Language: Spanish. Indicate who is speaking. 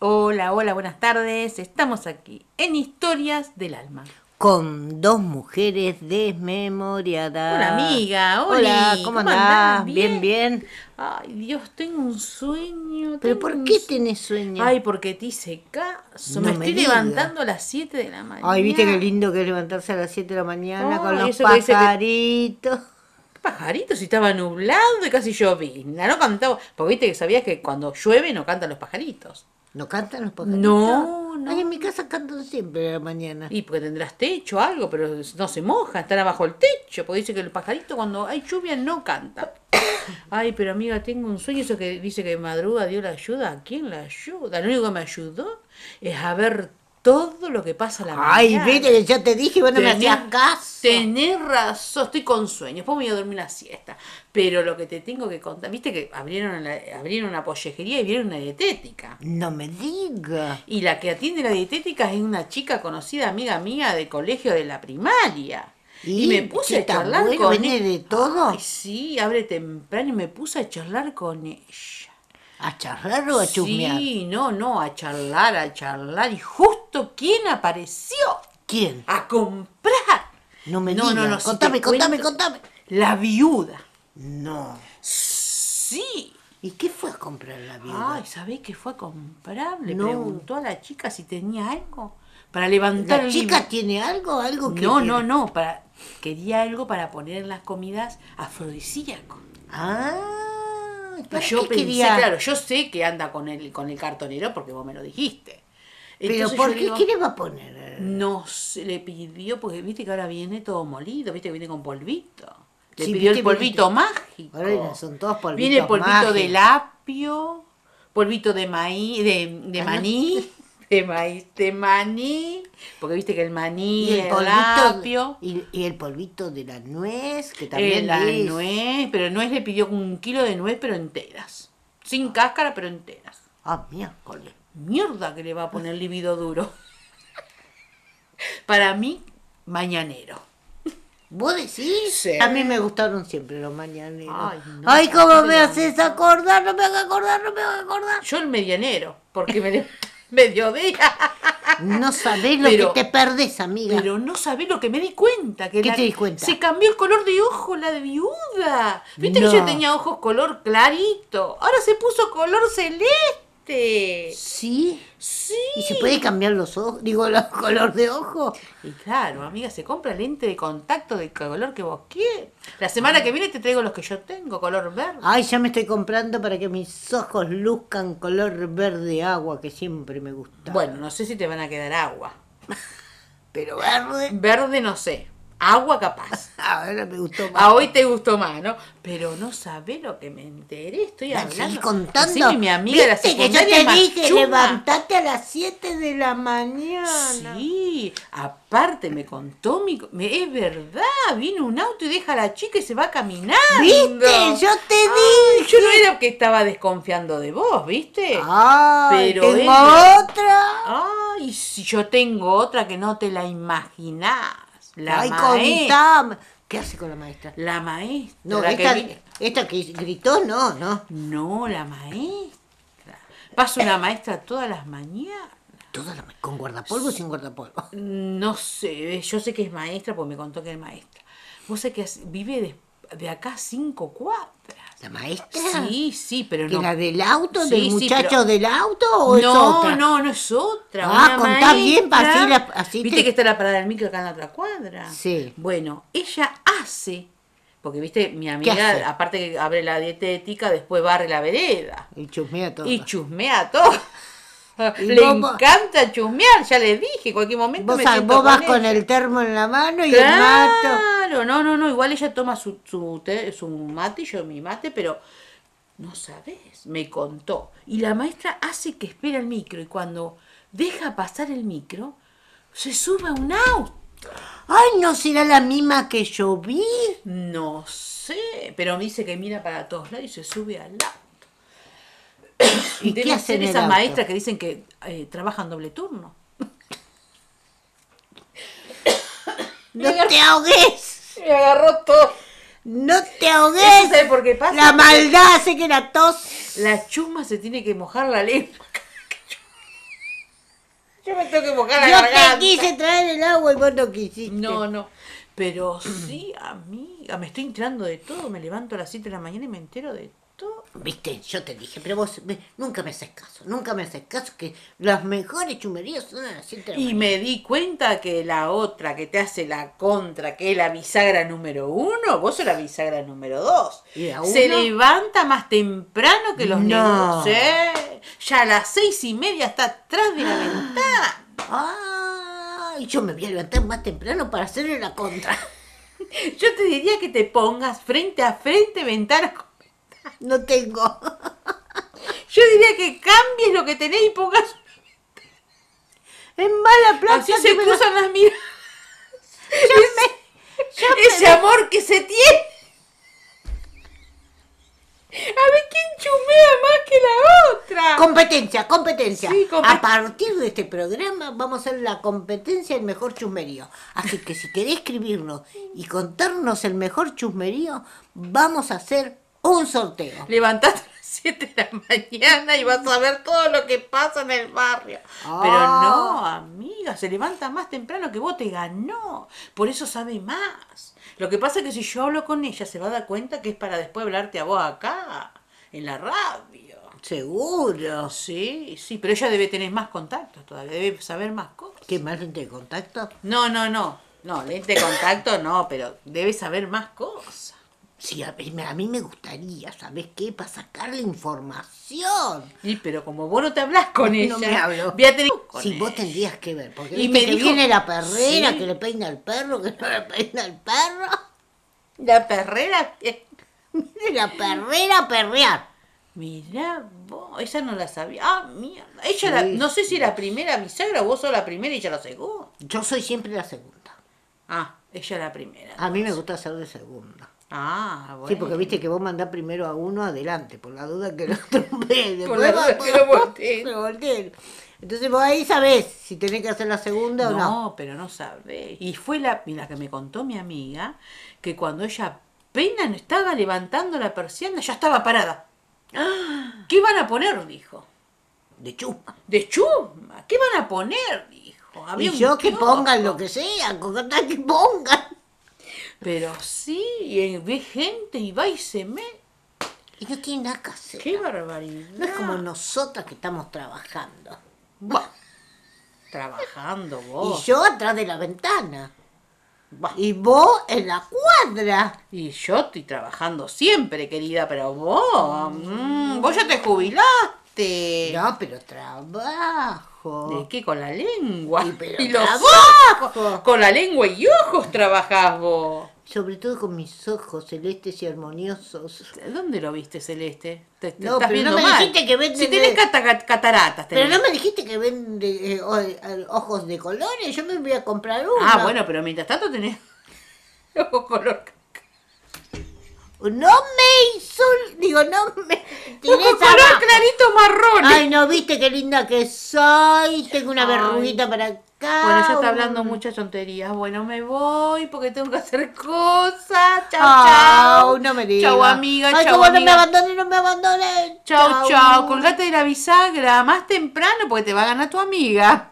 Speaker 1: Hola, hola, buenas tardes. Estamos aquí en Historias del Alma.
Speaker 2: con dos mujeres desmemoriadas.
Speaker 1: Hola, amiga. Oli,
Speaker 2: Hola, ¿cómo, andás?
Speaker 1: Bien.
Speaker 2: Bien, bien.
Speaker 1: Ay, Dios, tengo un sueño. tengo
Speaker 2: ¿Pero por
Speaker 1: un
Speaker 2: qué
Speaker 1: sue-
Speaker 2: tenés sueño?
Speaker 1: Ay, porque te hice caso.
Speaker 2: No
Speaker 1: me,
Speaker 2: me
Speaker 1: estoy
Speaker 2: digas.
Speaker 1: levantando a las 7 de la mañana.
Speaker 2: Ay, viste qué lindo que es levantarse a las 7 de la mañana
Speaker 1: Ay,
Speaker 2: con los
Speaker 1: eso que dice que-
Speaker 2: pajaritos.
Speaker 1: Pajaritos, si estaba nublado y casi llovizna. No cantaba. Porque viste que sabías que cuando llueve no cantan los pajaritos.
Speaker 2: ¿No cantan los pajaritos?
Speaker 1: No, no.
Speaker 2: Ay, en mi casa cantan siempre a la mañana.
Speaker 1: Y porque tendrás techo o algo, pero no se moja, están abajo el techo, porque dice que el pajarito cuando hay lluvia no canta. Ay, pero amiga, tengo un sueño, eso que dice que madruga dio la ayuda, ¿a quién la ayuda? Lo único que me ayudó es a ver todo lo que pasa a la
Speaker 2: Ay,
Speaker 1: mañana.
Speaker 2: viste que yo te dije, bueno, me
Speaker 1: Tenés-
Speaker 2: hacías caso.
Speaker 1: Tenés razón, estoy con sueños. Después me voy a dormir una siesta. Pero lo que te tengo que contar, viste que abrieron, la- abrieron una pollejería y vieron una dietética.
Speaker 2: No me digas.
Speaker 1: Y la que atiende la dietética es una chica conocida, amiga mía de colegio de la primaria. Y, me puse a
Speaker 2: está
Speaker 1: charlar
Speaker 2: bueno,
Speaker 1: con
Speaker 2: viene
Speaker 1: ella.
Speaker 2: de todo?
Speaker 1: Ay, sí, abre temprano y me puse a charlar con ella.
Speaker 2: ¿A charlar o a chusmear?
Speaker 1: Sí, no, no, a charlar, a charlar. Y justo quién apareció
Speaker 2: ¿Quién?
Speaker 1: a comprar.
Speaker 2: No me
Speaker 1: no,
Speaker 2: digas.
Speaker 1: no, no, si
Speaker 2: contame,
Speaker 1: te
Speaker 2: contame,
Speaker 1: cuento-
Speaker 2: contame.
Speaker 1: La viuda.
Speaker 2: No.
Speaker 1: Sí.
Speaker 2: ¿Y qué fue a comprar la viuda?
Speaker 1: Ay, ¿sabés qué fue a comprar? Le
Speaker 2: No.
Speaker 1: preguntó a la chica si tenía algo para levantar
Speaker 2: ¿La
Speaker 1: el
Speaker 2: chica
Speaker 1: libro.
Speaker 2: tiene algo? ¿Algo que.?
Speaker 1: No,
Speaker 2: que-
Speaker 1: no, no, para quería algo para poner en las comidas afrodisíaco.
Speaker 2: Ah, ¿para
Speaker 1: Yo
Speaker 2: qué
Speaker 1: pensé,
Speaker 2: quería?
Speaker 1: claro, yo sé que anda con el con el cartonero porque vos me lo dijiste.
Speaker 2: Pero
Speaker 1: Entonces
Speaker 2: ¿por
Speaker 1: yo
Speaker 2: qué?
Speaker 1: digo,
Speaker 2: ¿Qué le va a poner?
Speaker 1: No, se le pidió porque viste que ahora viene todo molido, viste que viene con polvito. Le
Speaker 2: Sí,
Speaker 1: pidió
Speaker 2: viste,
Speaker 1: el polvito mágico.
Speaker 2: Ahora son todos polvitos
Speaker 1: Viene el polvito de
Speaker 2: mágicos.
Speaker 1: lapio, polvito de maíz, de, de
Speaker 2: Ah, no.
Speaker 1: maní, de maíz, de maní, porque viste que el maní,
Speaker 2: Y el polvito.
Speaker 1: lapio.
Speaker 2: Y, y el polvito de la nuez, que también
Speaker 1: Eh, la
Speaker 2: es-
Speaker 1: nuez, pero nuez le pidió un kilo de nuez, pero enteras. Sin cáscara, pero enteras.
Speaker 2: Ah, miércoles.
Speaker 1: Mierda que le va a poner libido duro. Para mí, mañanero.
Speaker 2: ¿Vos decís?
Speaker 1: Sí.
Speaker 2: A mí me gustaron siempre los mañaneros.
Speaker 1: Ay,
Speaker 2: Ay,
Speaker 1: no,
Speaker 2: cómo
Speaker 1: no,
Speaker 2: me
Speaker 1: no.
Speaker 2: haces acordar, no me hagas acordar, no me hagas acordar.
Speaker 1: Yo el medianero, porque me le- mediodía.
Speaker 2: No sabés lo
Speaker 1: Pero-
Speaker 2: que te perdés, amiga.
Speaker 1: Pero no sabés lo que me di cuenta. Que
Speaker 2: ¿Qué
Speaker 1: la-
Speaker 2: te di cuenta?
Speaker 1: Se cambió el color de ojo la viuda. Viste
Speaker 2: No.
Speaker 1: que ella tenía ojos color clarito. Ahora se puso color celeste.
Speaker 2: ¿Sí?
Speaker 1: Sí.
Speaker 2: ¿Y se puede cambiar los ojos? Digo, los color de ojo.
Speaker 1: Y claro, amiga, se compra lente de contacto del color que vos quieres. La semana que viene te traigo los que yo tengo, color verde.
Speaker 2: Ay, ya me estoy comprando para que mis ojos luzcan color verde agua, que siempre me gusta.
Speaker 1: Bueno, no sé si te van a quedar agua.
Speaker 2: pero verde.
Speaker 1: Verde no sé. Agua capaz.
Speaker 2: Ahora me gustó más.
Speaker 1: A hoy te gustó más, ¿no? Pero no sabés lo que me enteré, estoy
Speaker 2: Ya, seguí
Speaker 1: hablando.
Speaker 2: contando.
Speaker 1: Encima mi amiga de la
Speaker 2: ¿Viste
Speaker 1: secundaria es
Speaker 2: que yo
Speaker 1: más
Speaker 2: te dije,
Speaker 1: chuma.
Speaker 2: levantate a las 7 de la mañana.
Speaker 1: Sí, aparte me contó mi... me- es verdad, viene un auto y deja a la chica y se va caminando.
Speaker 2: ¿Viste? Yo te
Speaker 1: Ay,
Speaker 2: dije.
Speaker 1: Yo no era que estaba desconfiando de vos, ¿viste?
Speaker 2: Ah. Ay,
Speaker 1: Pero
Speaker 2: tengo
Speaker 1: ella-
Speaker 2: otra.
Speaker 1: Ay, si yo tengo otra que no te la imaginás. La
Speaker 2: Ay,
Speaker 1: maestra.
Speaker 2: contame. ¿Qué hace con la maestra?
Speaker 1: La maestra.
Speaker 2: No,
Speaker 1: la
Speaker 2: esta,
Speaker 1: que vi-
Speaker 2: esta que gritó, no, no.
Speaker 1: No, la maestra. Pasa una maestra todas las mañanas.
Speaker 2: Toda la ma- ¿Con guardapolvo o sin guardapolvo?
Speaker 1: No sé, yo sé que es maestra porque me contó que es maestra. Vos sé que es- vive de, de acá a cinco cuadras.
Speaker 2: ¿La maestra?
Speaker 1: Sí, sí, pero
Speaker 2: Ah. ¿Que
Speaker 1: no.
Speaker 2: la del auto,
Speaker 1: Sí,
Speaker 2: del
Speaker 1: sí,
Speaker 2: muchacho
Speaker 1: pero-
Speaker 2: del auto o es
Speaker 1: no,
Speaker 2: otra?
Speaker 1: no, no es otra.
Speaker 2: Ah,
Speaker 1: una
Speaker 2: contá bien, pa' así
Speaker 1: maestra.
Speaker 2: la- así
Speaker 1: Viste
Speaker 2: te-
Speaker 1: que está la parada del micro acá en la otra cuadra.
Speaker 2: Sí.
Speaker 1: Bueno, ella hace, porque viste, mi
Speaker 2: hace?
Speaker 1: amiga, aparte que abre la dietética, después barre la vereda.
Speaker 2: El chusmea todo.
Speaker 1: Y chusmea todo.
Speaker 2: Y
Speaker 1: Le
Speaker 2: vos va-
Speaker 1: encanta chusmear, ya les dije, en cualquier momento
Speaker 2: Vos,
Speaker 1: me
Speaker 2: sal-
Speaker 1: siento
Speaker 2: vos vas con
Speaker 1: ella.
Speaker 2: el termo en la mano y el mato.
Speaker 1: Claro, no, no, no, igual ella toma su, su, té- su mate, yo mi mate, pero no sabes, me contó. Y la maestra hace que espera el micro y cuando deja pasar el micro, se sube a un auto.
Speaker 2: Ay, ¿no será la misma que yo vi?
Speaker 1: No sé, pero me dice que mira para todos lados y se sube al auto.
Speaker 2: ¿Y qué
Speaker 1: Deben
Speaker 2: hace
Speaker 1: ser
Speaker 2: en el
Speaker 1: esas
Speaker 2: auto?
Speaker 1: maestras que dicen que eh, trabajan doble turno.
Speaker 2: No te ahogues.
Speaker 1: Me agarró todo.
Speaker 2: No te ahogues.
Speaker 1: Eso sabe por qué pasa,
Speaker 2: La
Speaker 1: porque-
Speaker 2: maldad hace que la tos.
Speaker 1: La chusma se tiene que mojar la lengua. Yo me tengo que mojar la
Speaker 2: Yo te
Speaker 1: garganta.
Speaker 2: quise traer el agua y vos no quisiste.
Speaker 1: No, no. Pero sí, amiga, me estoy enterando de todo. Me levanto a las 7 de la mañana y me entero de todo.
Speaker 2: Viste, yo te dije, pero vos ve, nunca me haces caso, nunca me haces caso que las mejores chumerías son a las siete de la
Speaker 1: Y me di cuenta que la otra que te hace la contra, que es la bisagra número uno, vos sos la bisagra número dos.
Speaker 2: ¿Y la
Speaker 1: Se
Speaker 2: uno?
Speaker 1: levanta más temprano que los
Speaker 2: No.
Speaker 1: negros. ¿eh? Ya a las seis y media está atrás de la ventana.
Speaker 2: mañana. Ay, yo me voy a levantar más temprano para hacerle la contra.
Speaker 1: Yo te diría que te pongas frente a frente, ventana. con-
Speaker 2: No tengo.
Speaker 1: Yo diría que cambies lo que tenés y pongas.
Speaker 2: Es mala plata.
Speaker 1: Así
Speaker 2: que
Speaker 1: se
Speaker 2: me la-
Speaker 1: cruzan las miradas.
Speaker 2: Ya me-
Speaker 1: Ese amor que se tiene. A ver quién chumea más que la otra.
Speaker 2: Competencia, competencia.
Speaker 1: Sí, compet-
Speaker 2: a partir de este programa vamos a hacer la competencia del mejor chusmerío. Así que si querés escribirnos y contarnos el mejor chusmerío, vamos a hacer un sorteo.
Speaker 1: Levantate a las 7 de la mañana y vas a ver todo lo que pasa en el barrio. Pero
Speaker 2: Ah.
Speaker 1: no, amiga, se levanta más temprano que vos, te ganó. Por eso sabe más. Lo que pasa es que si yo hablo con ella, se va a dar cuenta que es para después hablarte a vos acá, en la radio.
Speaker 2: Seguro.
Speaker 1: Sí, sí, pero ella debe tener más contactos todavía, debe saber más cosas.
Speaker 2: ¿Qué más gente de contacto?
Speaker 1: No, no, no. No, lente de contacto no, pero debe saber más cosas.
Speaker 2: Sí, a mí, me- a mí me gustaría, ¿sabes qué? Para sacarle información.
Speaker 1: Y pero como vos no te hablas con ella,
Speaker 2: No me hablo.
Speaker 1: voy a tener con
Speaker 2: Si vos
Speaker 1: ella.
Speaker 2: tendrías que ver, porque
Speaker 1: Y
Speaker 2: viste
Speaker 1: me
Speaker 2: que
Speaker 1: dijo-
Speaker 2: viene la perrera
Speaker 1: Sí.
Speaker 2: que le peina al perro, que no le peina al perro.
Speaker 1: La perrera. que-
Speaker 2: Viene la perrera a perrear.
Speaker 1: Mirá vos, esa no la sabía. Ah, mierda. Ella era-
Speaker 2: Sí.
Speaker 1: no sé si era primera bisagra, vos sos la primera y ella la segunda.
Speaker 2: Yo soy siempre la segunda.
Speaker 1: Ah, ella la primera.
Speaker 2: A mí me gusta ser de segunda.
Speaker 1: Ah, bueno.
Speaker 2: Ah. Sí, porque viste que vos mandás primero a uno adelante, por la duda que el otro ve. después
Speaker 1: la
Speaker 2: va-
Speaker 1: duda que lo volteen.
Speaker 2: lo volteen. Entonces vos ahí sabés si tenés que hacer la segunda o no.
Speaker 1: No, pero no sabe. Y fue la, mira, que me contó mi amiga que cuando ella apenas estaba levantando la persiana, ya estaba parada.
Speaker 2: ¡Ah!
Speaker 1: ¿Qué van a poner? Dijo.
Speaker 2: De chupa.
Speaker 1: De chuma. ¿Qué van a poner? Dijo.
Speaker 2: Y
Speaker 1: Había un
Speaker 2: yo que
Speaker 1: kiosco.
Speaker 2: pongan lo que sea, con tal que pongan.
Speaker 1: Pero sí, y eh, ve gente y va y se me.
Speaker 2: Y no tiene nada que hacer.
Speaker 1: ¡Qué Ah. barbaridad!
Speaker 2: No es como nosotras que estamos trabajando.
Speaker 1: Buah. Trabajando vos.
Speaker 2: Y yo atrás de la ventana.
Speaker 1: Oh. Buah.
Speaker 2: Y vos en la cuadra.
Speaker 1: Y yo estoy trabajando siempre, querida, pero vos. mm, vos ya te jubilaste.
Speaker 2: No, pero trabajo.
Speaker 1: ¿De qué? Con la lengua.
Speaker 2: Y pero
Speaker 1: los
Speaker 2: trabajo.
Speaker 1: ojos. Con la lengua y ojos trabajás vos.
Speaker 2: Sobre todo con mis ojos celestes y armoniosos.
Speaker 1: ¿Dónde lo viste, Celeste? Te, te
Speaker 2: No,
Speaker 1: estás
Speaker 2: pero
Speaker 1: viendo
Speaker 2: no me
Speaker 1: mal.
Speaker 2: dijiste que venden
Speaker 1: Si tenés
Speaker 2: de-
Speaker 1: cata- cataratas.
Speaker 2: Pero
Speaker 1: tenés.
Speaker 2: no me dijiste que vende eh, o- eh, ojos de colores, yo me voy a comprar uno.
Speaker 1: Ah, bueno, pero mientras tanto tenés ojo color caca.
Speaker 2: No me hizo, digo, no me tiré
Speaker 1: Ojo
Speaker 2: esa
Speaker 1: color
Speaker 2: abajo.
Speaker 1: clarito marrón.
Speaker 2: Ay, no, viste qué linda que soy, tengo una
Speaker 1: Ay.
Speaker 2: verruguita para acá.
Speaker 1: Bueno, ya está
Speaker 2: un-
Speaker 1: hablando muchas tonterías. Bueno, me voy porque tengo que hacer cosas. Chao,
Speaker 2: Chau,
Speaker 1: chao.
Speaker 2: no me digas.
Speaker 1: Chau, amiga.
Speaker 2: Ay,
Speaker 1: chau,
Speaker 2: cómo no me
Speaker 1: amiga.
Speaker 2: abandones, no me abandones.
Speaker 1: Chau, chau. Colgate de la bisagra más temprano porque te va a ganar tu amiga.